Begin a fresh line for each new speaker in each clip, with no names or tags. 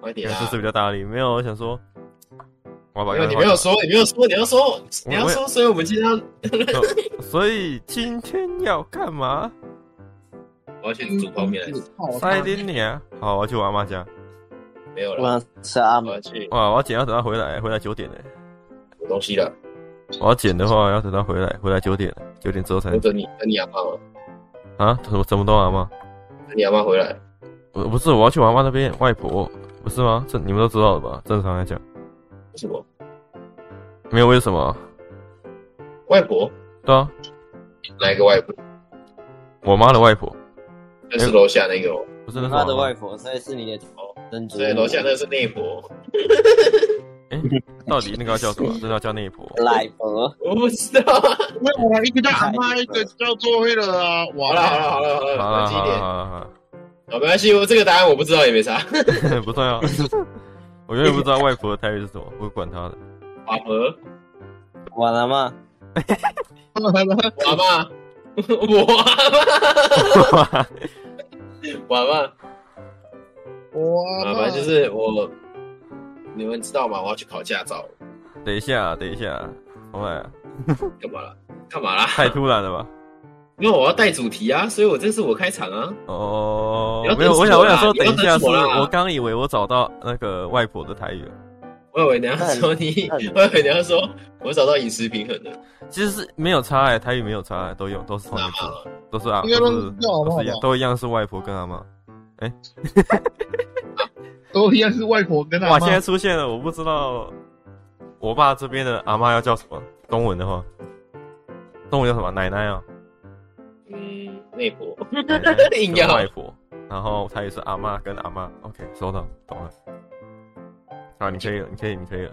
快点啊！
这是比较大力。没有，我想说，我要把
没有，你没有说，你没有说，你要说，你要说，所以我们今天要
所以今天要干嘛？
我要去煮泡面来吃，
塞点你啊！好，我要去我阿妈家。
没有
我
了，
想吃阿
我
姆
要去
哇，我要剪要等他回来，回来九点呢。
煮东西了，
我要剪的话要等他回来，回来九点，九点之后才
我等你，等你阿妈嘛，
啊？怎么怎么都阿妈？
等你阿妈回来，
我不是，我要去我阿妈那边外婆，不是吗？这你们都知道的吧？正常来讲，
为什么？
没有为什么。
外婆，
对啊，
哪一个外婆？
我妈的外婆，嗯
那是楼下那个哦，
不是
你
那是
妈
我
的
妈
外婆，所以是你的珍珠。
所以楼下那个是内婆，
到底那个要叫什么？真的要叫内婆？
奶婆，
我不知道。
没有啊，一个叫阿妈，一个叫做会了啊。
好
哇
了好了好了好
好
了，
了
冷静
好
一
了
点。
好了好了
好，没关系，我这个答案我不知道也没 啥。
好了，不重要。我永远不知道外婆的台语是什么，我管他的。
阿婆，
我阿妈，
我阿妈，我阿妈，我阿妈。
哇，
啊，反正就是我，你们知道吗？我要去考驾照，
等一下，等一下，重来啊！
干嘛啦？干嘛啦？
太突然了吧？
因为我要带主题啊，所以我这是我开场啊。
哦
你要，
没有，
等
我
死
想
我
我想
啦
说，
你要
等一
等
下
死
是
我啦
我刚以为我找到那个外婆的台语了，
我以为你要说你，
那你
我以为你要说我找到饮食平衡了。
其实是没有差哎、台语没有差哎、都有都是同一个字，都是啊，都
应该都
是
是叫好不
都
好
是一样，都一样是外婆跟阿妈。
都一样是外婆跟阿
哇，
妈
现。在出现了，我不知道我爸这边的阿妈要叫什么，中文的话，中文叫什么？奶奶啊，
嗯，内婆，
奶奶
硬要
跟外婆，然后台语是阿妈跟阿妈。OK，收到，懂了。啊，你可以了，你可以，你可以了。啊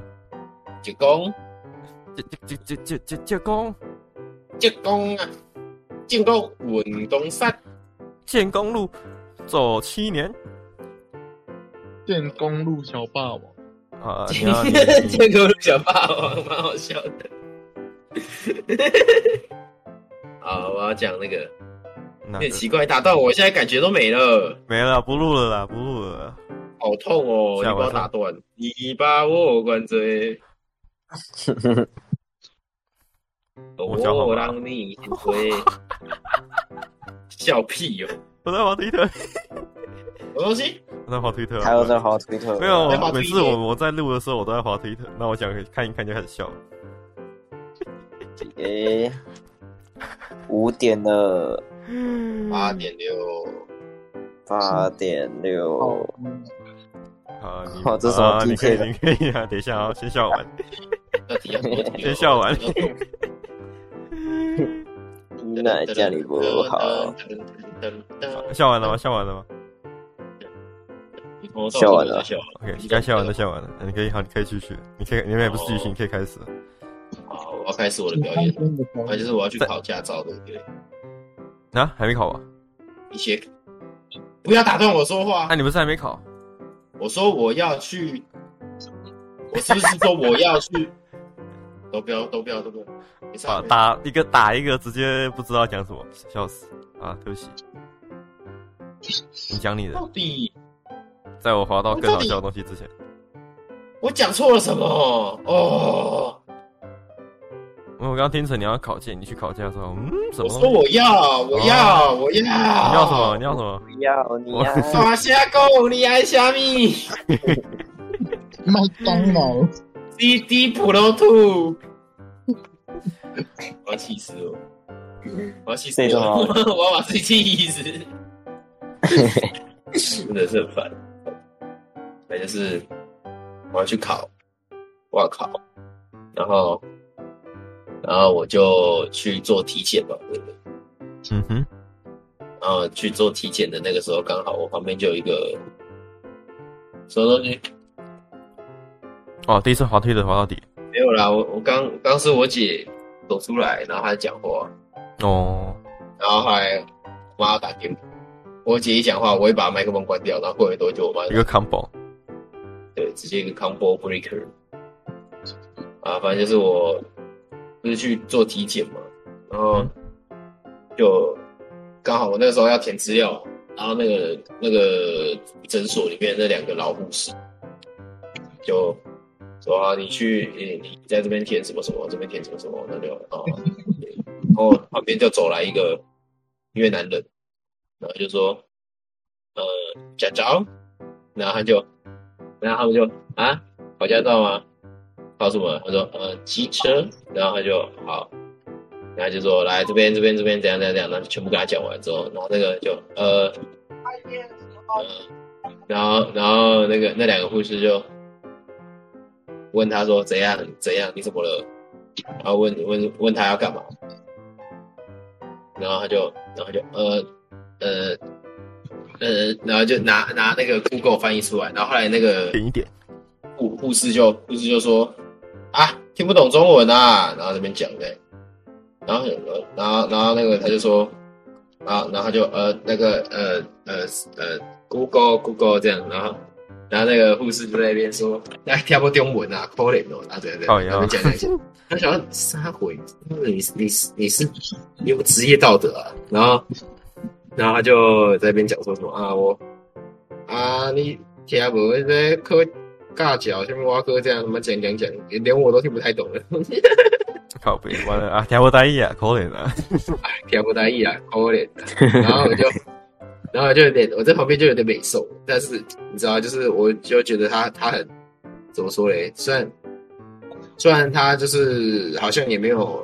舅公，
这这这这这这公
舅公啊，进攻运动山，
建公路走七年
建公路小霸王，
啊！你
进
要你 你
进攻小霸王，蛮好笑的。 好，我要讲那个，有
哪个
点奇怪，打到我现在感觉都没了。
没了，不录了啦，不录了啦。
好痛哦！你
吓
把
我
我
一跳
打断，你把我灌醉，
我脚好
我
麻
让你 醉。笑屁哟、
我在玩推特，
什么东西？
我在玩推特啊。
还有在滑推特。
没有
在滑，
每次
Twitter
我我在录的时候，我都在滑推特。那我想看一看就开始笑了。
诶，五点了，
八点六，
八点六，
好，你
哦好这是我
啊你
今
可以，
天的
你可以啊。等一下啊，先笑完。
到底要多久？
先笑完
那家里不好。
笑完了吗？笑完了吗
笑完了
笑
？OK，该笑完都笑完了。你可以，好，你可以继续。你可以，你们也不是
哦
继续，你可以开始了。
好，我要开始我的表演。那就是我要去考驾照，对不对？
啊，还没考吧？
一些，
哎
不要打断我说话
啊，。你不是还没考？
我说我要去，我是不是说我要去？都不要，都不要，都不要，没事
啊，
没事
打一个打一个，直接不知道讲什么，笑死啊！对不 起，你讲你的，
到底
在我滑到更好笑的东西之前，
我讲错了什么？哦，
因为我刚听成你要考驾，你去考驾的时候，嗯，什
哦我哦
么
说
东西？
我要，我要，我要，你
你要什么？你要什么？
不要你呀！
大虾公，你爱虾米
麦当劳，
？CD 普罗兔， 我要气死我！我要气死
这种
我！
好
我要把自己气死，真的是很烦。那就是我要去考，我要考，然后，然后我就去做体检嘛，对不对？
嗯哼，
然后去做体检的那个时候，刚好我旁边就有一个哎什么东西
哦，第一次滑推的滑到底，
没有啦，我我刚刚是我姐走出来，然后她讲话，
哦，
然后后来我妈打给我，我姐一讲话，我会把麦克风关掉，然后过没多久，我妈
一个 combo，
对直接一个 combo breaker 啊，反正就是我就是去做体检嘛，然后
嗯
就刚好我那个时候要填资料，然后那个那个诊所里面那两个老护士。就说啊，你去你你在这边填什么什么，这边填什么什么，那就哦，然后旁边就走来一个越南人，然后就说呃，假照，然后他就，然后他们就啊，考驾照吗？考什么？他说呃，机车，然后他就好。然后就说来这边这边这边怎样怎样怎样，然后全部给他讲完之后，然后那个就呃呃，然后然后那个那两个护士就问他说怎样怎样你怎么了，然后问问问他要干嘛，然后他就然后就呃呃呃，然后就拿拿那个 Google 翻译出来，然后后来那个
点一点，
护护士就护士就说啊听不懂中文啊，然后这边讲的。然后呃，然后然后那个他就说，然后然后他就呃那个呃呃呃 Google Google 这样，然后然后那个护士就在那边说，那听不懂中文啊，可怜哦，啊对对，
靠
对
腰
然后讲讲讲，他想要撒谎，你你你是你有职业道德啊，然后然后他就在那边讲说什么啊我啊你听不这科尬脚，下面挖哥这样什么讲讲讲，连我都听不太懂了。
靠北完了啊，听不大意啊，可怜啊，
听不大意啊，可怜的。然后我就，然后我就有点，我在旁边就有点美受，但是你知道，就是我就觉得他他很怎么说嘞？虽然虽然他就是好像也没有，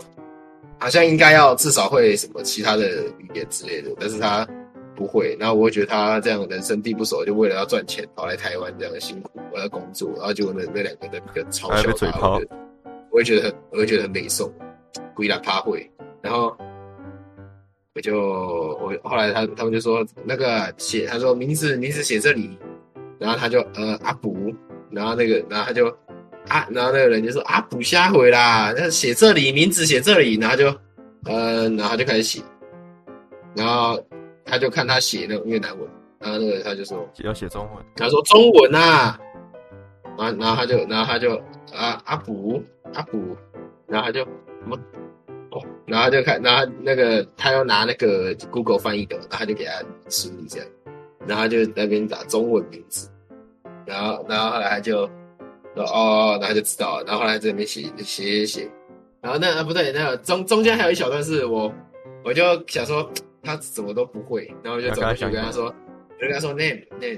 好像应该要至少会什么其他的语言之类的，但是他不会。然后我会觉得他这样人生地不熟，就为了要赚钱跑来台湾这样辛苦，我要工作，然后结果那那两个人就嘲
还
笑
被嘴
他，
炮
我觉得我会觉得很我会觉得很美受，鬼啦趴会，然后。我就我后来他他们就说那个写，他说名字名字写这里，然后他就呃阿卜，然后那个然后他就啊，然后那个人就说阿卜瞎回啦，那写这里名字写这里，然后就呃然后他就开始写，然后他就看他写那种越南文，然后那个他就说
要写中文，
他说中文啊，然后然后他就然后他就啊阿卜阿卜，然后他就什么哦，然后他就看，然后他那个他又拿那个 Google 翻译的，然后他就给他输入这样，然后他就在那边打中文名字，然后然后后来他就说哦，然后他就知道了，然后后来在那边写写写写，然后那啊不对，那个中中间还有一小段是我我就想说他怎么都不会，然后我就走过去跟他说，我就跟他说 name name。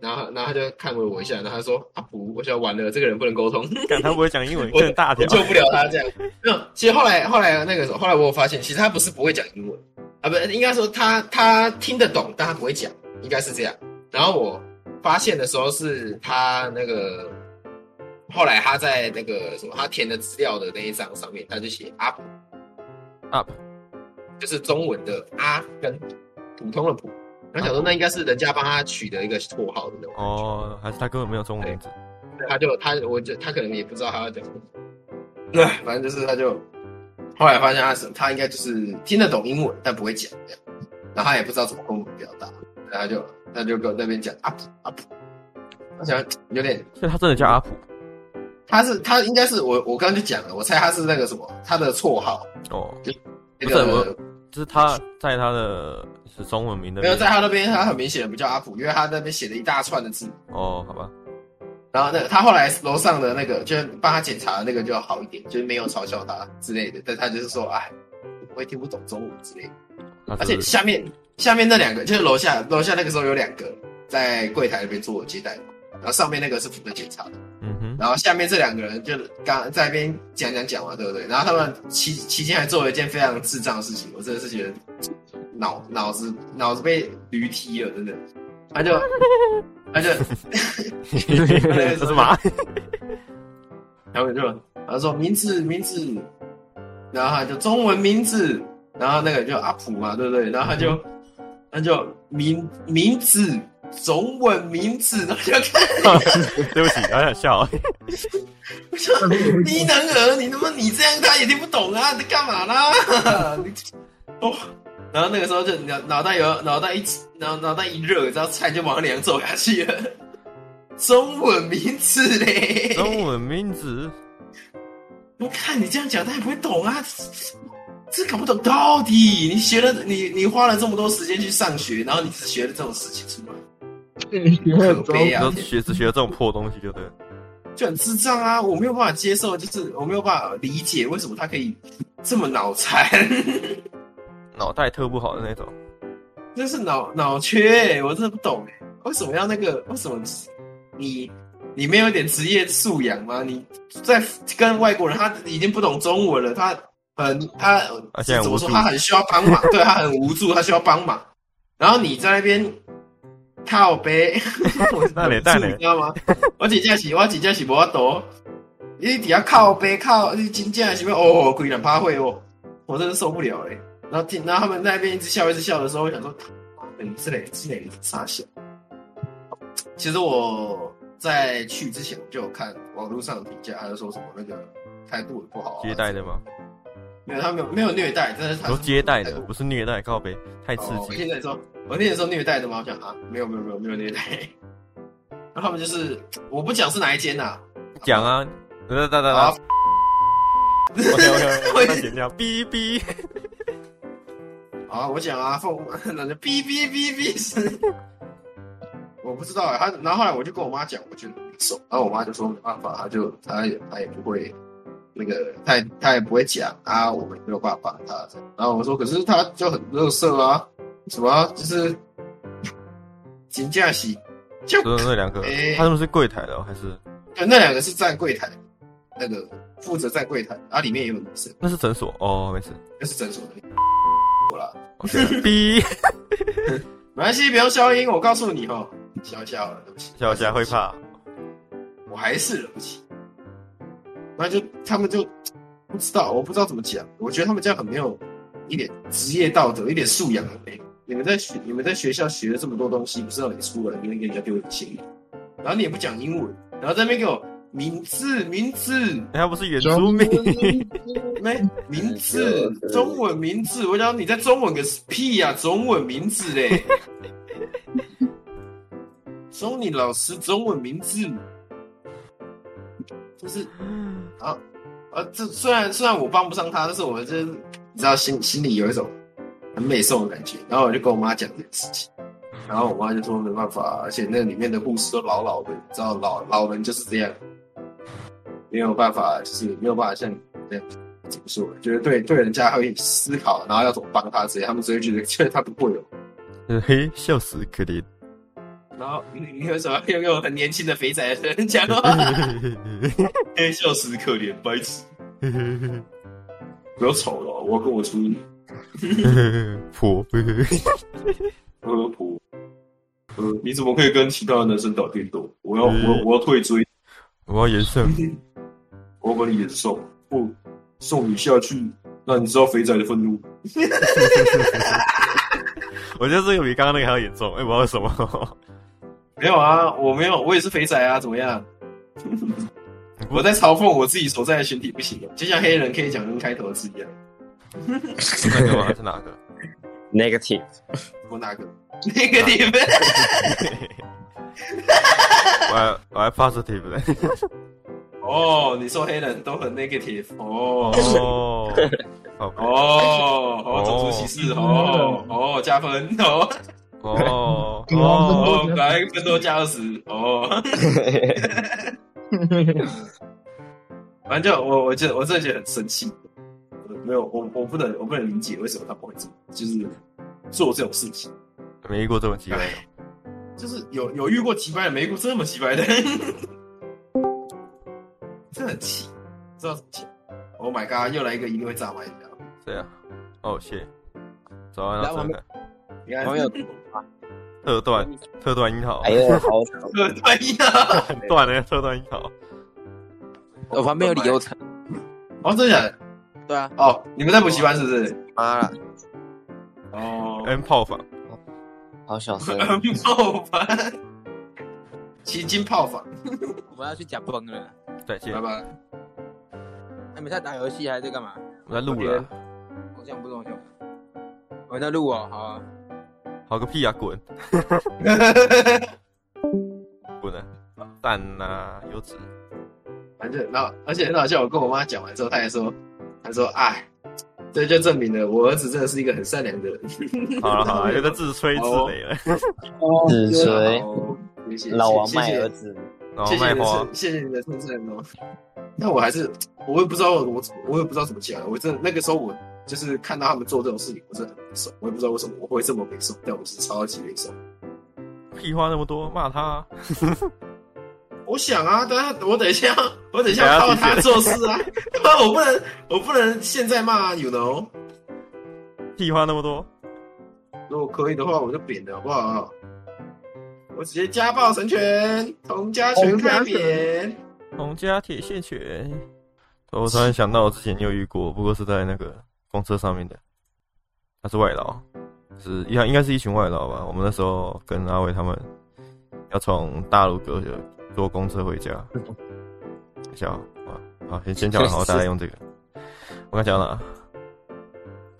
然后，然后他就看了我一下，然后他说：“阿、啊、普，我想完了，这个人不能沟通。”
看他不会讲英文，
我
更大条
我，救不了他这样。没有，其实后来后来那个时候，后来我有发现，其实他不是不会讲英文啊，不，应该说他他听得懂，但他不会讲，应该是这样。然后我发现的时候是他那个后来他在那个什么，他填的资料的那一张上面，他就写阿普
Up
就是中文的阿跟普通的普。然后想说，那应该是人家帮他取的一个绰号的那种。
哦，还是他根本没有中文名字，
他就他，我就他可能也不知道他要讲什么。那反正就是他就后来发现他是他应该就是听得懂英文，但不会讲这样，然后他也不知道怎么跟我们表达，然后他就他就跟我那边讲阿普阿普，我想有点
所以他真的叫阿普
他是他应该是我我刚刚就讲了，我猜他是那个什么他的绰号
哦，
那
不是
个
就是他在他的是中文名的
没有
名字
在他那边他很明显不叫阿普，因为他那边写了一大串的字，
哦，好吧，
然后那个他后来楼上的那个，就是帮他检查的那个就好一点，就是没有嘲笑他之类的，但他就是说，哎，我也听不懂中文之类的。
他
而
是
且下面下面那两个，就是楼下楼下那个时候有两个在柜台那边做接待，然后上面那个是负责检查的，
嗯哼，
然后下面这两个人就刚在那边讲讲讲嘛，对不对？然后他们期期间还做了一件非常智障的事情，我真的是觉得脑脑子脑子被驴踢了，真的。他就他就
这是马，
然后我就他说名字名字，然后他就中文名字，然后那个就阿普嘛，对不对？然后他就他就名名字中文名字， 然后就看
对不起，好想笑，
我说低能儿，你他妈你这样他也听不懂啊，你在干嘛啦？ 你哦。然后那个时候就脑脑袋有脑袋一脑脑袋一热，然后菜就往脸上走下去了。中文名字嘞，
中文名字
我看你这样讲，他也不会懂啊，这搞不懂到底。你学了，你你花了这么多时间去上学，然后你只学了这种事情出来，
你
可
很糟
悲
你
啊
都！学只学这种破东西就对了，
就很智障啊！我没有办法接受，就是我没有办法理解为什么他可以这么脑残，
脑袋特不好的那种。
真是脑脑缺、欸，我真的不懂、欸、为什么要那个？为什么你你没有一点职业素养吗？你在跟外国人，他已经不懂中文了，他很他
而且很
怎
无
么
助
说？他很需要帮 忙，对他很无助，他需要帮忙。然后你在那边靠 背，我
那你
很无助
那你
你知道吗？我真正是，我真正是无法度。你底下靠背靠，你真正是要哦，鬼人趴会哦，我真的受不了哎、然后听，然后他们在那边一直笑一直笑的时候，我想说，嗯，这类这类傻笑。其实我在去之前我就有看网络上的评价，他就说什么那个态度很不好、啊，
接待的吗？
没有他没有没有虐待，但是他
都接待
态
的，
度
哦不是虐待，靠背太刺
哦我
激。
听人说，我听人说虐待的吗？我想啊，没有没有没有没有虐待。 然后他们就是，我不讲是哪一间呐、
讲啊，哒哒哒哒
好
哒。OK OK，那剪掉，哔哔。
好啊，我讲啊，凤那就哔哔哔哔是，我不知道啊。他然后后来我就跟我妈讲，我觉得很瘦，然后我妈就说没办法，她就她也她也不会那个，她也她也不会讲啊，我们没有办法帮她。然后我说，可是她就很热色啊，什么啊就是金价喜，就
就是那两个
哎，
他们是柜台的哦还是
对那两个是站柜台，那个负责站柜台，啊里面也有女生，
那是诊所？哦，没事。
那是诊所的，
OK，哔，
没关系，不用消音，我告诉你哦，消一下好了，对不起，
小霞会怕。
我还是忍不起。那就他们就不知道，我不知道怎么讲。我觉得他们这样很没有一点职业道德，一点素养都没有。你们在学你们在学校学了这么多东西，不是让你出来，你给人家丢人现眼，然后你也不讲英文，然后在那边给我名字名字
哎他不是原住
中
民，
没哎名字中文名字，我讲你在中文个屁呀、中文名字嘞，中你老师中文名字，就是。呃，这虽然虽然我帮不上他，但是我就是你知道心心里有一种很美颂的感觉。然后我就跟我妈讲这件事情，然后我妈就说没办法，而且那里面的护士都老老的，你知道老老人就是这样，没有办法，就是没有办法像你这样怎么说，就是对对人家会思考，然后要怎么帮他之类，他们只会觉得这他不会哦。
嘿，笑死，可怜。
然后你你为什么要用很年轻的肥仔的人讲 话？哎笑死，可怜白痴，不要吵了，我要跟我出去。
婆，
呃普，呃，你怎么可以跟其他的男生打电动？我要我
嗯
我要退追，
我要延上。
我要把你演送，不送你下去，那你知道肥仔的愤怒？
我觉得这个比刚刚那个还要严重。哎，我要什么？
没有啊，我没有，我也是肥仔啊，怎么样？ 我在嘲讽我自己所在的群体不行哦，就像黑人可以讲跟开头的字一样。
那个 吗？是哪个？
Negative，
我哪个？那个你们？
我还我还 positive 嘞。
哦，你说黑人都很 negative 哦。
哦，好吧
哦，哦，种族歧视，哦，哦，加分，哦，
哦
哦
哦，本来更多加二十，哦。反正就我，我就我真的觉得很生气，我没有，我我不能，我不能理解为什么他们会这么，就是做这种事情，哎
没遇过这种机会。
就是有有遇过几百的，没遇过这么几百的， 真的很气，不知道怎么讲。Oh my god，又来一个一定会炸麦的，
谁啊？哦，谢。早安，老师。
你看
网友
特段，特段樱桃
哎，呀，好吵！
对呀，
很断的特段樱桃。
我旁边有理由层，
哦，真的假的？
对啊，
哦，你们在补习班是不是？
妈了，
哦，
N 炮房，
好小声，
泡饭，奇经泡饭，
我们要去讲崩了。哎
再见
拜。拜。
你们在打游戏还是在干嘛？
我在录了，
我讲不懂，我讲不懂。我在录哦，好啊。
好个屁啊，滚！滚啊！蛋啊呐，油 脂。
反正然后而且很好笑，我跟我妈讲完之后，她还说，她说，哎，这就证明了我儿子真的是一个很善良的人。
好了好了，又在自吹自擂了。
自吹
好，谢谢
老王卖
谢谢
儿子，
然后
谢谢
哦卖
你的
花
衬，，谢谢你的衬衫哦。那我还是，我也不知道我我也不知道怎么讲，啊我真的那个时候我就是看到他们做这种事情，我真的很难受，我也不知道为什么我会这么没受，但我是超级没受。
屁话那么多，骂他啊、
我想啊，但他我等一下，我等一下
等
靠
一下
他
提
做事啊，我不能我不能现在骂啊，you know，
屁话那么多，
如果可以的话我就扁了，好不好？我直接家暴神拳，童家拳
童家
开
拳
扁。
农家铁线拳。我突然想到，我之前也有遇过，不过是在那个公车上面的，他是外劳，是应该应该是一群外劳吧。我们那时候跟阿伟他们要从大陆隔着坐公车回家，等一下啊，好，先先讲完，好，大家用这个。我刚讲了，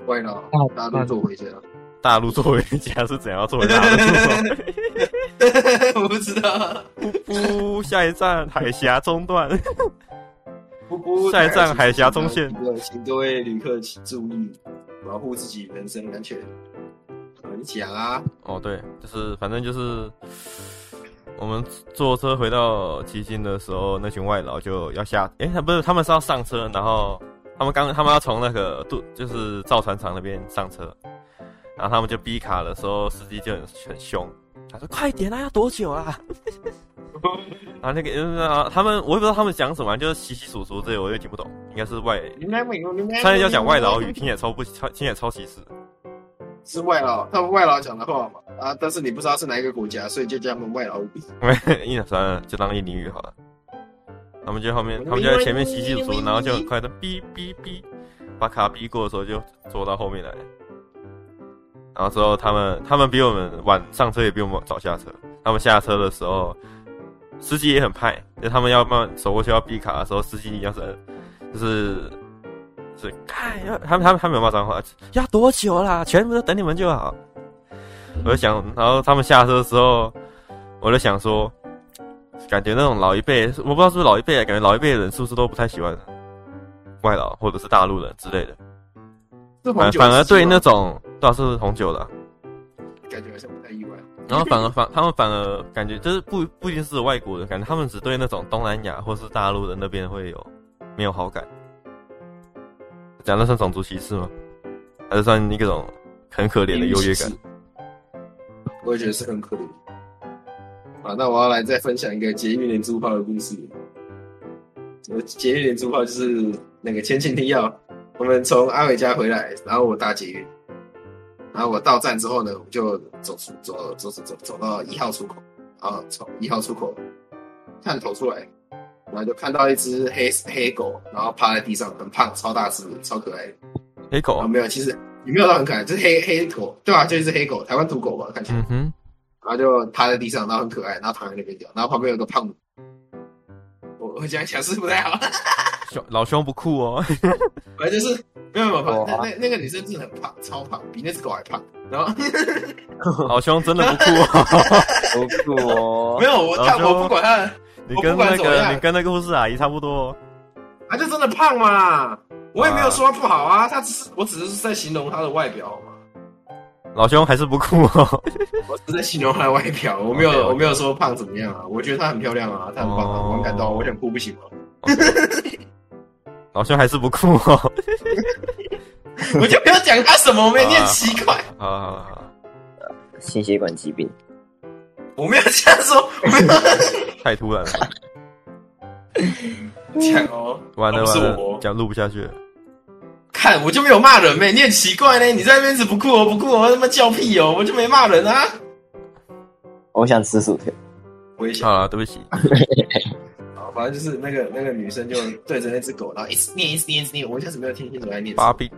外劳
哦，
大陆做回去了，
大陆坐回家是怎样坐回大陆？
我不知道。啊
不，下一站海峡中段。
不不，
下一站海峡中线
请各位旅客请注意，保护自己人身安全。啊你讲啊，
哦，对，就是反正就是我们坐车回到旗津的时候，那群外劳就要下，诶，他不是，他们是要上车，然后他们刚他们要从那个渡就是造船厂那边上车，然后他们就逼卡的时候，司机就很很凶，他说快点啊，要多久啊？ 然后那个呃他们我也不知道他们讲什么，就是洗洗数数这些我也听不懂，应该是外，
你们美国，你们
差点要讲外劳语，听也超不超听也超歧视。
是外劳，他们外劳讲的话嘛啊，但是你不知道是哪一个国家，所以就叫他们外劳语。
印尼算了，就当印尼语好了。他们就后面，他们就在前面洗洗漱，然后就很快的哔哔哔，把卡逼过的时候就坐到后面来。然后之后他们他们比我们晚上车，也比我们早下车。他们下车的时候，司机也很派，就他们要慢慢走过去要逼卡的时候，司机要是就是是看要他们他们他们有骂脏话，要多久啦？全部都等你们就好。我就想，然后他们下车的时候，我就想说，感觉那种老一辈，我不知道是不是老一辈，感觉老一辈的人是不是都不太喜欢外劳或者是大陆人之类的，
是红
反
酒
反而对那
司机
种对、啊、是红酒的啊、
吗感觉好像不太意外。
然后反而反他们反而感觉就是不不一定是外国人，感觉他们只对那种东南亚或是大陆的那边会有没有好感。讲的算种族歧视吗？还是算一个种很可怜的优越感？
我也觉得是很可怜。啊，那我要来再分享一个捷运连珠炮的故事。我捷运连珠炮就是那个前情提要，我们从阿伟家回来，然后我搭捷运，然后我到站之后呢，我就走出走走走走走到一号出口，然后从一号出口探头出来，然后就看到一只黑黑狗，然后趴在地上，很胖，超大只，超可爱的。
黑狗
啊，？没有，其实也没有到很可爱，就是黑黑狗，对啊，就一只黑狗，台湾土狗吧，看起来。
嗯哼，
然后就趴在地上，然后很可爱，然后躺在那边掉，然后旁边有个胖子，我我这样想是不太好，
凶老凶不酷哦。
反正就是没有没有胖，那
哇
那那个女生真的很胖，超胖，比那只狗还胖。然后
老兄真的不酷 哦！
不过
没有我看
老兄
我不管她，
你
我
跟
不管
那
怎么
个
样
你跟那个护士阿姨差不多哦。
她就真的胖嘛，我也没有说她不好啊，她只是我只是在形容她的外表好吗？
老兄还是不酷哦。
我只是在形容她的外表，我没有
OK，OK
我没有说胖怎么样啊，我觉得她很漂亮啊，她很棒啊，
哦
我很感动啊，我想哭不行吗？
老兄还是不酷哦。
我就不要讲她什么，我没念奇怪。
好好好好，
心血管疾病，
我没有这样说，我没有
太突然了，
这样讲哦。
完了
不
完
是
了
我，
讲录不下去了。
看我就没有骂人呗，你很奇怪呢，你在那边子不酷哦不酷哦，他妈叫屁哦，我就没骂人啊。
我想吃薯条。
我也想，
好了，啊对不起。
好反正就是那个那个女生就对着那只狗，然后一直念一直念一直念，我一开始没有听清楚她在念什
芭
么，
比，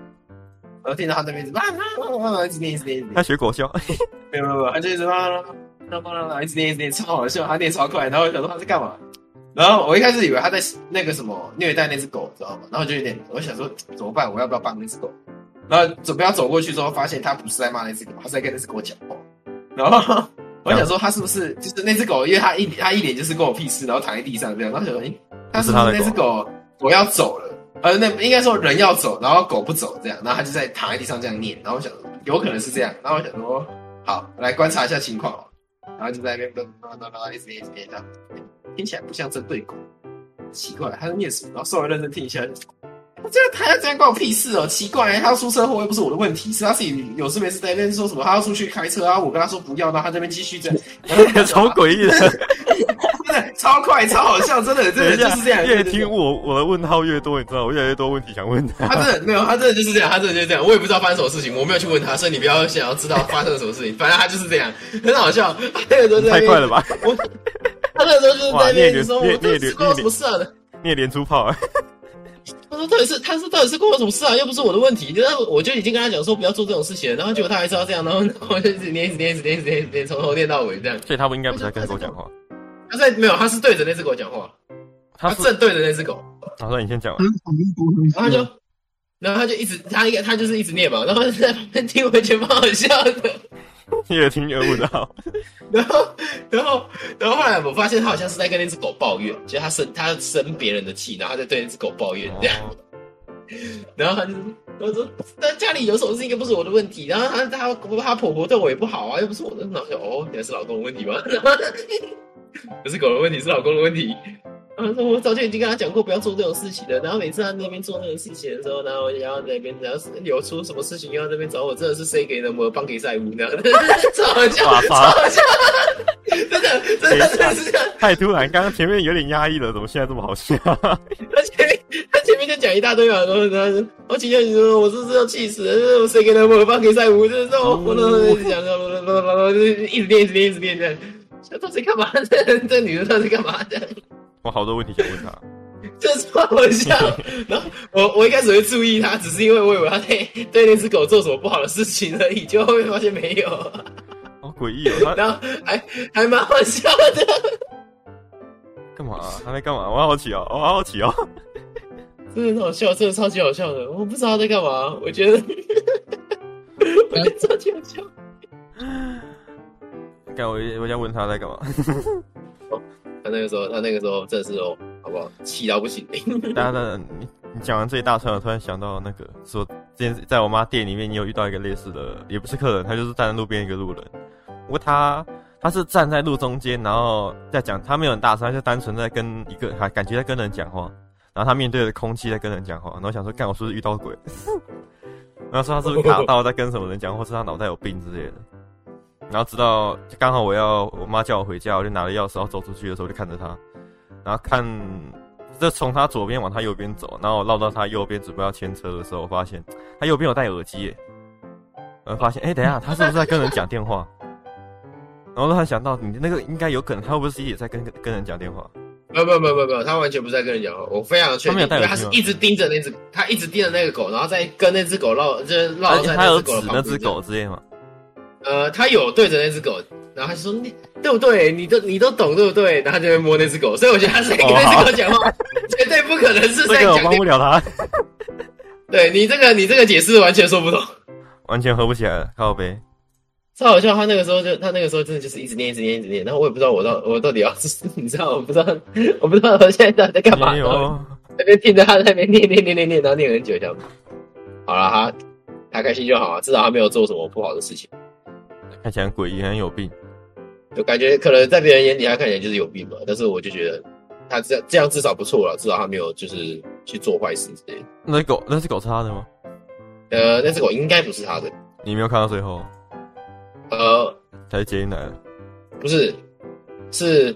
然后听到她那边一直啊啊啊啊啊一直念一直念一直
他
念，
学狗 笑。
没有没有没有，她就一直啊啊啊啊啊一直念一直念，超好笑，她念超快，然后我想说她在干嘛。然后我一开始以为她在那个什么虐待那只狗，知道吗？然后就有点，我想说怎么办？我要不要帮那只狗？然后准备要走过去之后，发现他不是在骂那只狗，他是在跟那只狗讲话。然 后我想说，他是不是就是那只狗？因为他一他一脸就是跟我屁事，然后躺在地上这样。然后想说，诶他是不是那只狗？我要走了，呃，那应该说人要走，然后狗不走这样。然后他就在躺在地上这样念。然后我想说，有可能是这样。然后我想说，好，来观察一下情况。然后就在那边哒哒哒哒一直念一直念这样。听起来不像针对狗，奇怪，他在念什么？然后稍微认真听一下，他这样他要这样关我屁事哦，奇怪，他要出车祸又不是我的问题，是他自己有事没事在那边说什么他要出去开车啊，我跟他说不要，然后他这边继续这样，然后
超诡异 的。
真的超快超好笑，真的真
等
的
一
就
下
是这，样，
越
对对
听我我的问号越多，你知道，我越来越多问题想问他。
他真的没有，他真的就是这样，他真的就是这样。我也不知道发生什么事情，我没有去问他，所以你不要想要知道发生了什么事情。反正他就是这样，很好笑。他那个时候在那
太
边
快了吧！
我他那个时候就是在那边说，我
哇聂
这
磊
是关我什么事啊？
你也连珠炮、 啊，
他说到底是他说到底是关我什么事啊？又不是我的问题。然后我就已经跟他讲说不要做这种事情了，然后结果他还是要这样，然后然后就一直念一直念一直念一直念一直念，从头念到尾这样。
所以他不应该不在跟狗讲话。
他在没有，他是对着那只狗讲话，
他
他
是，
正对着那只狗。
他说你先讲完
很。讨厌沟通
然后他
师
就
啊，，
然后他就一直，他应该他就是一直念嘛，然后在旁边听，我觉得蛮好笑的。
越听越问号。
然后，然后，然后后来我发现他好像是在跟那只狗抱怨，就是他生他生别人的气，然后他在对那只狗抱怨这样。
哦
然后他就他说，那家里有什么事情又不是我的问题。然后他他他婆婆对我也不好啊，又不是我的。然后我就哦，原来是老公的问题吗？ 然后不是狗的问题，是老公的问题。然后说我早就已经跟他讲过不要做这种事情了。然后每次他那边做那种事情的时候，然后然后那边然后有出什么事情又要那边找我，真的是谁给的？我帮给晒屋 呢？超好笑，
哇
超
操
好笑，真的真的真的是这样。
太突然，刚刚前面有点压抑了，怎么现在这么好笑？
他前面他前面就讲一大堆嘛，然后然后我请教你说我是不是要气死了，谁给了我放给赛五，就是让我活的讲讲，一直练一直练一直练这样。到底干嘛的？这女的到底干嘛的？
我好多问题想问他。
这超好笑。然后我我一开始会注意她，只是因为我以为她对对那只狗做什么不好的事情而已，结果后面发现没有，
好诡异哦！他
然后还还蛮好笑的。
干嘛、啊他在干嘛？我好奇哦，我好奇哦。
真的很好笑，真的超级好笑的。我不知道他在干嘛，我 觉得，我觉得超级好笑。
干我我想问他在干嘛？
他那个时候，他那个时候真的是哦，好不好？气到不行。
大家的你你讲完这一大串，我突然想到那个说，之前在我妈店里面，你有遇到一个类似的，也不是客人，他就是站在路边一个路人。不过他他是站在路中间，然后在讲，他没有很大声，他就单纯在跟一个还感觉在跟人讲话，然后他面对着空气在跟人讲话，然后想说，干我是不是遇到鬼？ 然后说他是不是卡到在跟什么人讲，或是他脑袋有病之类的。然后直到刚好我要我妈叫我回家，我就拿了钥匙要走出去的时候，就看着他，然后看这从他左边往他右边走，然后我绕到他右边准备要牵车的时候，我发现他右边有戴耳机耶，然后发现哎、诶等一下他是不是在跟人讲电话？然后突然想到你那个应该有可能他会不会是也在跟跟人讲电话？
没有没有没有没有没有，他完全不是在跟人讲话，我非常确定，
他没有戴
因
耳
为他
机
是
吗
一直盯着那只，他一直盯着那个狗，然后再跟那只狗绕，就是绕
而
在
且他有
只
指
狗的旁
那
边。
只狗，之类嘛？
呃，他有对着那只狗，然后他就说你对不对？你都你都懂对不对？然后他就会摸那只狗，所以我觉得他是在跟
哦
那
好
只狗讲话，绝对不可能是
这
在
个我
讲
帮
电。
不了他，
对你这个你这个解释完全说不通。
完全合不起来了，靠背。
超好笑，他那个时候就他那个时候真的就是一直念一直念一直念，然后我也不知道我到我到底要 你知道我不知道我不知道他现在到底在 干嘛，
没
然
有
后那边听着他在那边念念念念念，然后念很久，这样。好了，他他开心就好，啊至少他没有做什么不好的事情，
看起来很诡异，很有病。
就感觉可能在别人眼里他看起来就是有病嘛，但是我就觉得他这样这样至少不错了，至少他没有就是去做坏事之类的。
那狗那只狗是他的吗？
呃，那只狗应该不是他的，
你没有看到最后，
呃，
才接进来了。
不是，是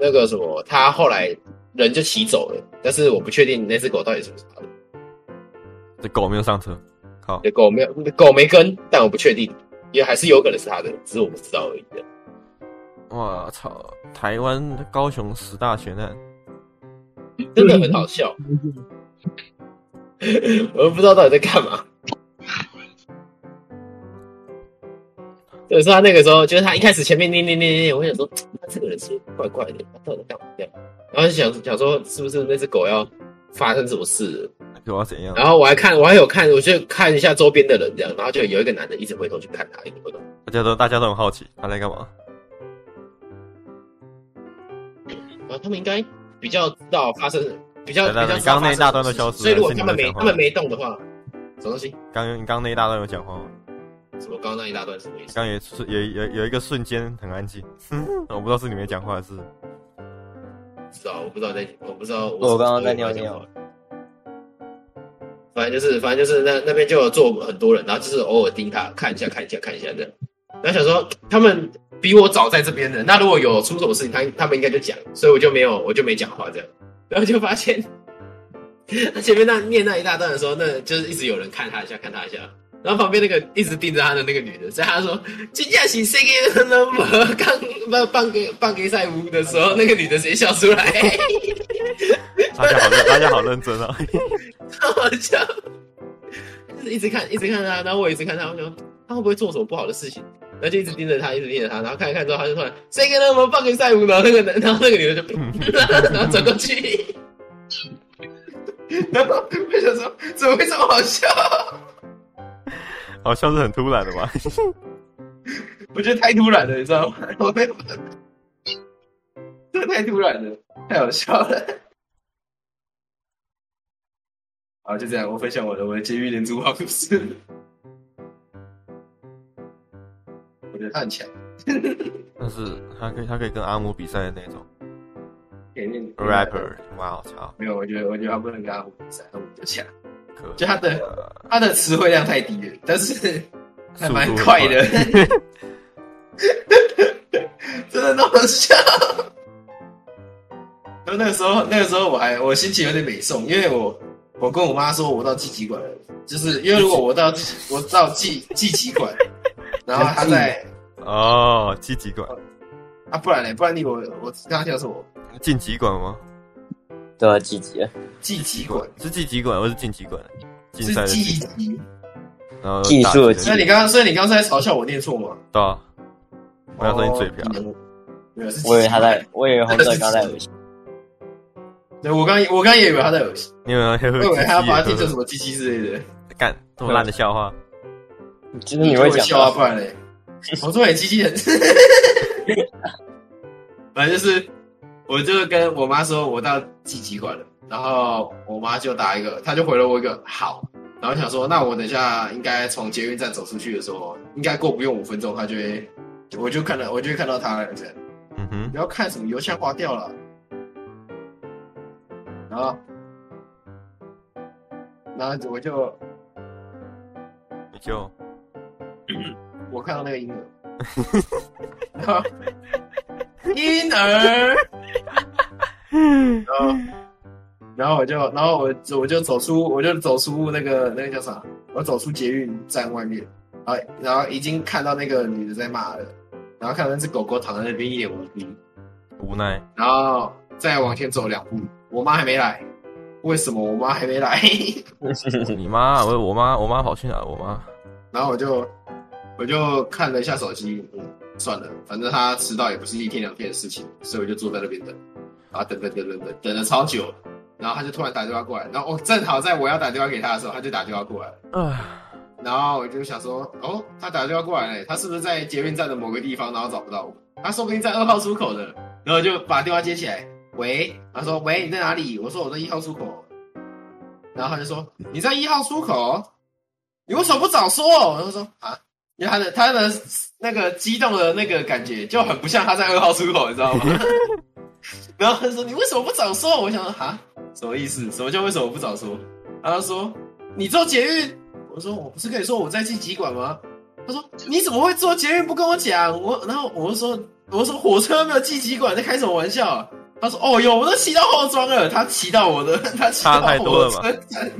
那个什么，他后来人就骑走了，但是我不确定那只狗到底是不是他的。
这狗没有上车，靠！
那狗没有，狗没跟，但我不确定，也还是有可能是他的，只是我不知道而已。
我操！台湾高雄十大悬案，
真的很好笑，我都不知道到底在干嘛。就是他那个时候，就是他一开始前面念念念念念，我想说他这个人是怪怪的，他到底干嘛这样？然后就想想说，是不是那只狗要发生什么事了？
狗要怎样？
然后我还看，我还有看，我就看一下周边的人这样，然后就有一个男的一直回头去看他，一直回头。
大家都大家都很好奇，他在干嘛？
然后他们应该比较知道发生，比较
来
比较
来来
知道发
刚刚那
生
一大段都
什么
消
事所
失了
以如果
是你
他
们
们没
在讲话
他们没动的话，什么东西？
刚刚刚那一大段有讲话吗？
什么刚刚那一大段什么意思？
刚有 一次有有有一个瞬间很安静，我不知道是你没讲话还是
不知道，我不知道在，我不知道
哦我刚刚在尿尿。
反正就是，反正就是那那边就有坐很多人，然后就是偶尔盯他看一下，看一下，看一下这样。然后想说他们比我早在这边的，那如果有出什么事情，他他们应该就讲，所以我就没有，我就没讲话这样。然后就发现 他前面那念那一大段的时候，那就是一直有人看他一下，看他一下。然后旁边那个一直盯着他的那个女的，所以他说今天是谁给那么刚半半个半个赛舞的时候，那个女的直接笑出 来，
大家好认，大家好认真啊！
超好笑。就是一直看，一直看他，然后我一直看他，我想他会不会做什么不好的事情，然后就一直盯着他，一直盯着他，然后看一看之后，他就突然谁给那么半个赛舞，然后那个男然后那个女的就， 然后转过去， 然后我想说怎么会这么好笑？
好像是很突然的吧？
我觉得太突然了，你知道吗？ 我被这太突然了，太好笑了。好，就这样，我分享我的我的监狱连珠炮故事。我觉得他很强，
但是他可以，他可以跟阿姆比赛的那种
肯定
rapper。哇，我操，
没有，我觉得我觉得他不能跟他比赛，他比较强。
可呃
就他的他的词汇量太低了，但是还
速度
蛮
很
快的，真的那么笑。然后那个时候，那个时候我还我心情有点美送，因为我我跟我妈说我到寄籍馆了，就是因为如果我到我到寄寄籍馆，然后他在
哦，积极管，
啊，不然嘞，不然你我我刚刚叫什么？
晋级管吗？
都要积极了，
寄籍馆
是晋级管，或是晋级管？竞
是
赛的
寄
晋，
籍。
然后
技术的
大
技
所以你刚刚，所以你刚才嘲笑我念错吗？
对啊，我要说你嘴瓢，
哦没有，是寄籍
我以为他在，我以为红色刚在恶心，
对，我刚我刚也以为他在恶心，
你有没有
我以为他把他听成什么鸡鸡之类的。
干这么烂的笑话？
就是你会讲
笑啊，不然 嘞，我说你哎鸡鸡很。 反正就是，我就跟我妈说我到寄籍馆了，然后我妈就打一个，她就回了我一个好，然后想说那我等一下应该从捷运站走出去的时候，应该过不用五分钟，她就会，我就看到我就会看到她了这样。
嗯哼，
不要看什么邮箱划掉了。然后，然后我就
你就
我看到那个婴儿，然后婴儿，然后然后我就然后我我就走出我就走出那个那个叫啥，我走出捷运站外面，啊，然后已经看到那个女的在骂了，然后看到那只狗狗躺在那边一脸无力，
无奈，
然后再往前走两步，我妈还没来。为什么我妈还没来？
你妈，我我妈，我妈跑去哪？我妈
然后我就我就看了一下手机，嗯，算了，反正她迟到也不是一天两天的事情，所以我就坐在那边等，啊，等等等等等，等了超久，然后她就突然打电话过来，然后我、哦、正好在我要打电话给她的时候，她就打电话过来了，
啊，
然后我就想说，哦，她打电话过来了，她是不是在捷运站的某个地方，然后找不到我？她说不定在二号出口的，然后就把电话接起来，喂，他说喂你在哪里？我说我在一号出口，然后他就说你在一号出口，你为什么不早说？我就说啊，因为他的他的那个激动的那个感觉就很不像他在二号出口，你知道吗？然后他说你为什么不早说？我想说啊，什么意思？什么叫为什么不早说？然后他说你坐捷运，我说我不是跟你说我在进疾管吗？他说你怎么会坐捷运不跟我讲？我然后我就说我就说火车没有进疾管，在开什么玩笑啊、他说哦有，我都骑到后装了，他骑到我的， 他骑到
差太多
火
了吧
车站，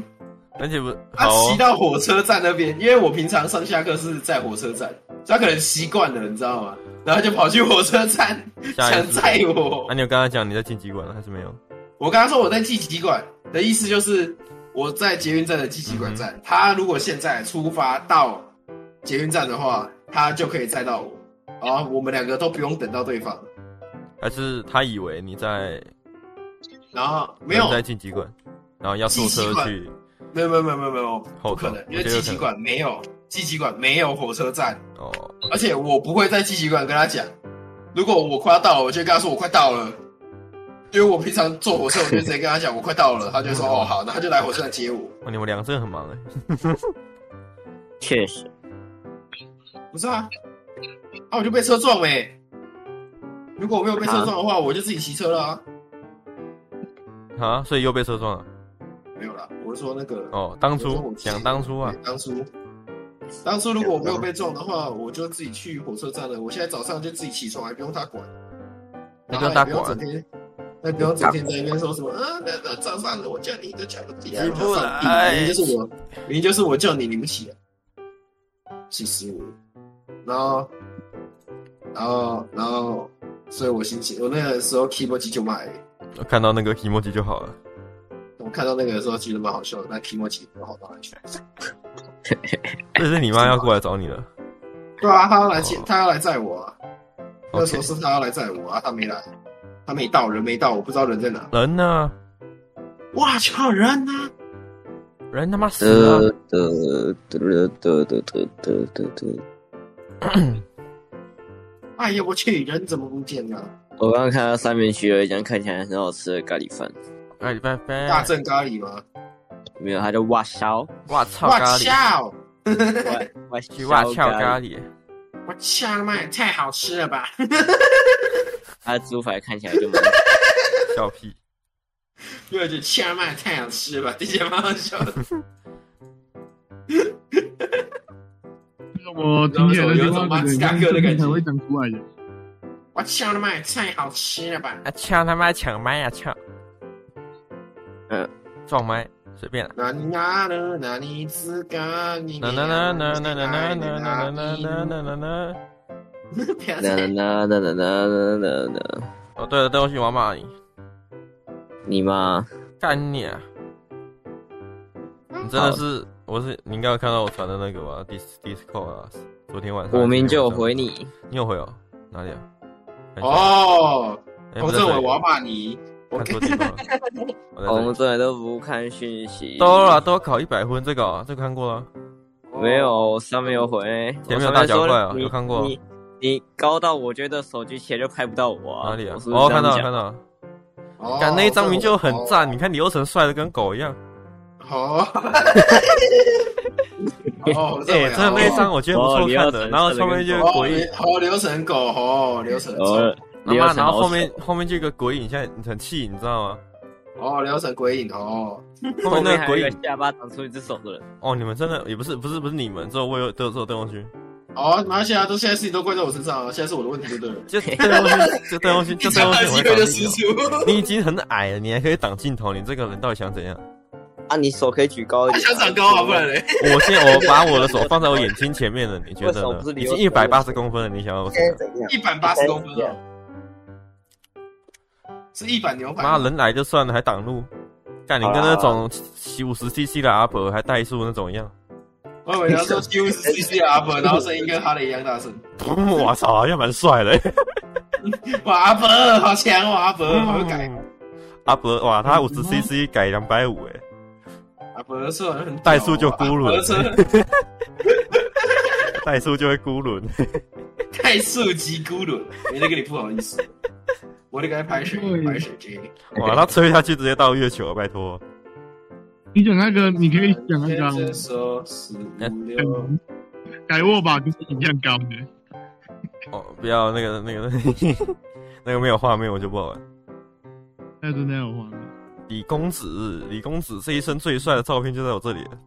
而且不
他
好哦
骑到火车站那边，因为我平常上下课是在火车站，所以他可能习惯了，你知道吗？然后就跑去火车站
下一
想
次。
载我
那、。你有跟他讲你在晋级馆了还是没有？
我刚刚说我在寄籍馆的意思就是我在捷运站的寄籍馆站，他如果现在出发到捷运站的话，他就可以载到我。啊，我们两个都不用等到对方，
还是他以为你在
然后没有
在晋级馆，然后要坐车去
没有没有没有没有没有，不
后头
可能，因
我
为
觉
寄
得有可
籍
能
馆没有寄籍馆没有火车站，
哦？
而且我不会在寄籍馆跟他讲，如果我快要到了，我就跟他说我快到了，因为我平常坐火车，我就直接跟他讲我快到了，他就说哦好，然后他就来火车站接我。
哇，哦你们两个真的很忙哎。
确实，
不是啊，欸啊我就被车撞没、如果我没有被车撞的话，我就自己骑车了啊。
啊，所以又被车撞了。
没有啦，我是说那个
哦，当
我说我
初
自己
想当初啊
对，当初，当初如果我没有被撞的话，我就自己去火车站了。我现在早上就自己起床，还不用他管，然
那不
后
用他
也不用整，
管
天，那不用整天在那边说什么啊，那那早上我叫你，你都叫不起来，
起
早
不
上你
来
明明就是我，明明就是我叫你，你不起来，气死我了！然后，然后，然后，所以我心情，我那个时候 keyboard 机就买。
看到那个 emoji 就好了。
我看到那个的时候，其实蛮好笑的，但 keyboard 机不好到哪里去。
哦这是你妈要过来找你了。
对啊，他要来接，他要来载我啊。那
哦 OK
时候是他要来载我啊，他没来，他没到，人没到，我不知道人在哪。
人呢？
哇，靠，人呢？
人他妈死了！
得得得得得得得得得。
哎呀，我去，人怎么不见了？
我刚刚看到三明区有一家看起来很好吃的咖喱饭，
哎，拜拜！
大正咖喱吗？
没有，它叫哇烧，
哇操
哇
咖喱，
操！
哇
去哇
烧
翘咖
喱，
喱，
我操他妈也太好吃了吧！
它的猪排看起来就蛮……
笑屁！
我去，操他妈也太好吃了吧！这些蛮好笑的。
我听起来这句话可能刚刚才会讲出来的。
我操他妈也太好吃了吧！
啊，呛他妈抢麦啊呛！呃
嗯，
撞麦随便了。
哪里哪的哪里自个你
啦啦啦啦啦啦啦啦啦啦啦啦啦！
不要
啦
再
啦啦啦啦啦啦啦，
哦，对了，东西我要骂你，
你妈！
干你！啊！你真的是，我是你应该有看到我传的那个吧？Dis Discord 啊，昨天晚上。
我明就有回，你，
你有回哦？哪里啊？看一下，
哦，
哎
洪政伟，我要骂你！我
看错地方了。我在这
我
里
们这里都不看讯息。
都了，都要考一百分，这个啊这个看过了。
没有，上面有回。
前面有
我上
大脚怪啊
说你
有看过
你你高到我觉得手举起来就拍不到我啊。
哪里啊
我？是不是
哦，
这
看
样
到了，
讲
看到了。
哦，
干那一张明就很赞，
哦
你看李欧成帅的跟狗一样。
好，哦，
哎，真的那一张我觉得不错看的，
哦
然后后面就一个
哦
鬼影，，
好流程狗，哦，流程
哦，
他
李
妈，
尔
然后
好
后面后面就一个鬼影，现在很气，你知道 吗？
哦，流程鬼影哦，
后
后
面那个
面还有
鬼
一
影，
个下巴长出一只手的人，
哦，你们真的也不是不是不是你们，只有我有只有只有邓光勋，
哦，马来西亚都现在事情都怪在我身上了，现在是我的问题，对不对了？
就邓光勋，就邓光勋，就邓光 勋我会挡镜头。
出，
你已经很矮了，你还可以挡镜头，你这个人到底想怎样？
啊，你手可以举高一
他
点 啊。
想长高啊，不然嘞？
我现在我把我的手放在我眼睛前面了，你觉
为
得
什么
呢
不是？李
已
欧
经
成
一百八十公分了，你想要
哎
我怎样？
怎样？
一百八十公分哦，是一百牛排
妈
吗，
人来就算了，还挡路，干你跟那种七五十 CC 的阿伯还怠速那种一 样。
我以为他说几乎是 CC up，然后声音跟哈雷一样大声，
我操，好像蛮帅的。
哇阿伯好强，哦哇阿伯
嗯
好会改，
阿伯，哇，他五十 CC 改两百五，哎，
阿伯的车很屌啊
怠速就咕
阿
噜
伯
了
的车
怠速就会孤 轮。
太速级孤轮，没得跟你不好意思，我得该拍水
哎
拍水 J。
哇，他吹下去直接到月球，拜托。
你讲那个，你可以讲那个啊
这首十五六，
嗯
改握把跟你一样高的，
哦，不要那个那个 那个没有画面，我就不好玩。
那真的有画面。
李公子，李公子这一生最帅的照片就在我这里了。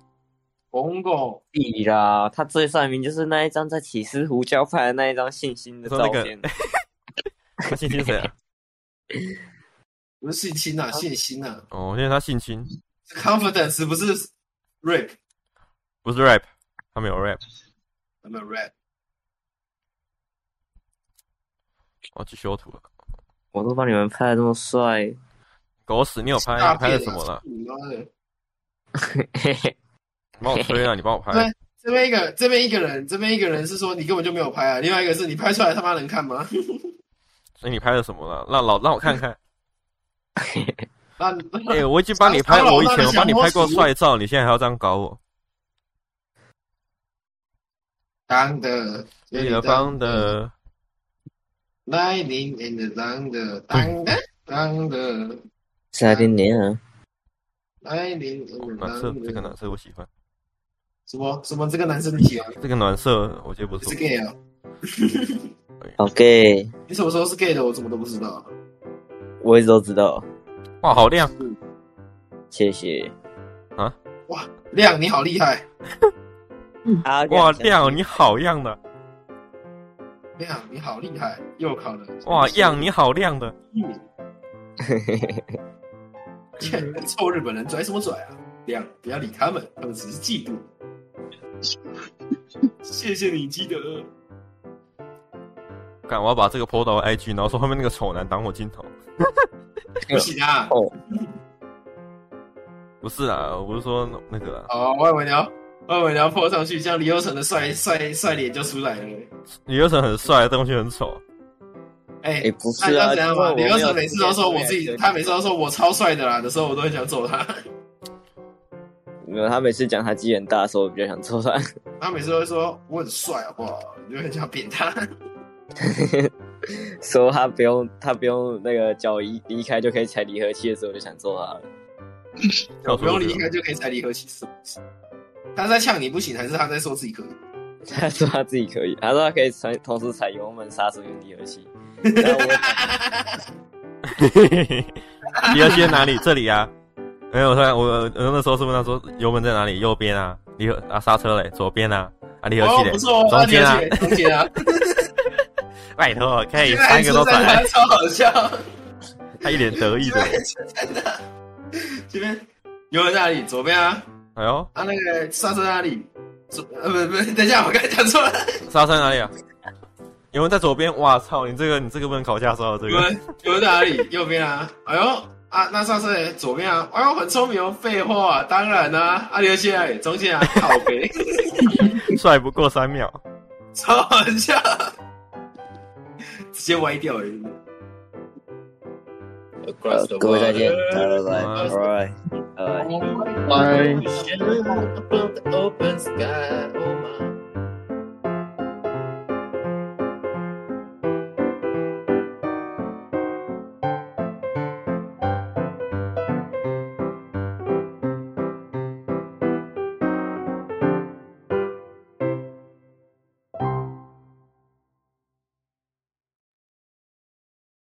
红狗
屁啦！啊他最上名就是那一张在起司胡椒派的那一张信心的
说
照
那个
片。
他性侵谁 啊？
不是信心啊，信心啊
哦，因为他性侵，
，confidence 不是 rap，
不是 rap，他没有 rap。
有没有 rap？
我要哦去修图了。
我都把你们拍的这么帅，
狗屎，你有拍？
大
你拍
便
的
啊
什么了？
你妈的！
嘿嘿，
你帮我吹啊！你帮我拍。
对这边一个，这边一个人，这边一个人是说你根本就没有拍啊，另外一个是你拍出来他妈能看吗？
所以你拍的什么了？让老让我看 看。
那
哎、我已经帮你 拍，
长老
我以前
那
我
个
帮你
小
拍
摸
过
鼠
帅照，你现在还要这样搞我？
当的，
你的方啊的，
，lightning and 当的，当的，当的。
夏天年啊，
哎，你你
哦
们
暖色
当，
这个暖色我喜欢，
什么什么这个男生你喜欢？
这个暖色我觉得不
你是
错。
gay 啊？
好 gay，
你什么时候是 gay 的？我怎么都不知道。
我一直都知道。
哇，好亮！
嗯
谢谢。
亮，你好厉害，
啊，
哇，
这样
亮， 你好样的！
亮，你好厉害，又考了。
哇，样，你好亮的！
见 一个臭日本人拽什么拽啊？亮，不要理他们，他们只是嫉妒。 谢谢你，基德。
干，我要把这个 PO 到 IG，然后说后面那个丑男挡我镜头。
不行啊！
哦
不是啊，我不是说那个啦，啊
哦，外文聊，外文聊破上去，这样李优成的帅帅帅脸就出来了。
李优成很帅，但东西很丑。
哎、
也不
那
是啊，
那怎样
因为
嘛？
我
李
没有
优成每次都说我自
哎
己，他每次都说我超帅的啦的时候，我都很想揍他。
没有，他每次讲他鸡很大的时候，我比较想抽他。
他每次都会说我很帅，好不好？你就很想扁他。
说他不用他不用那个脚一离开就可以踩离合器的时候，我就想揍他了。
跳出
不用
去
离
了
开就可以踩离合器，是不是？他在呛你不行，还是他在说自己可以？
他说他自己可以，他说他可以同同时踩油门、刹车跟离合器。但我
离合器在哪里？这里啊。没有，我突然我我那时候是问他说油门在哪里？右边啊，离合啊刹车嘞，左边啊，啊离合器
哦，
嘞
不，错，
中间啊
啊，中间啊，
拜托，可以
现
三
在
个都
在他
踩，
超好笑。
他一脸得意的。
这边油门在哪里？左边啊，
哎呦，
啊那个刹车在哪里？左呃不不，等一下，我刚才讲错了。
刹车在哪里啊？油门在左边，哇操，你这个你这个不能考驾照啊，这
油
个
门油门在哪里？右边啊。哎呦啊，那刹车嘞左边啊。哎呦，很聪明哦，废话，当然啦、啊。啊，留下来中间啊，靠 北，
帅不过三秒。
超好笑，直接歪掉而已。
呃各位再见，拜拜
嗯
拜拜拜
拜。
拜。
Open sky.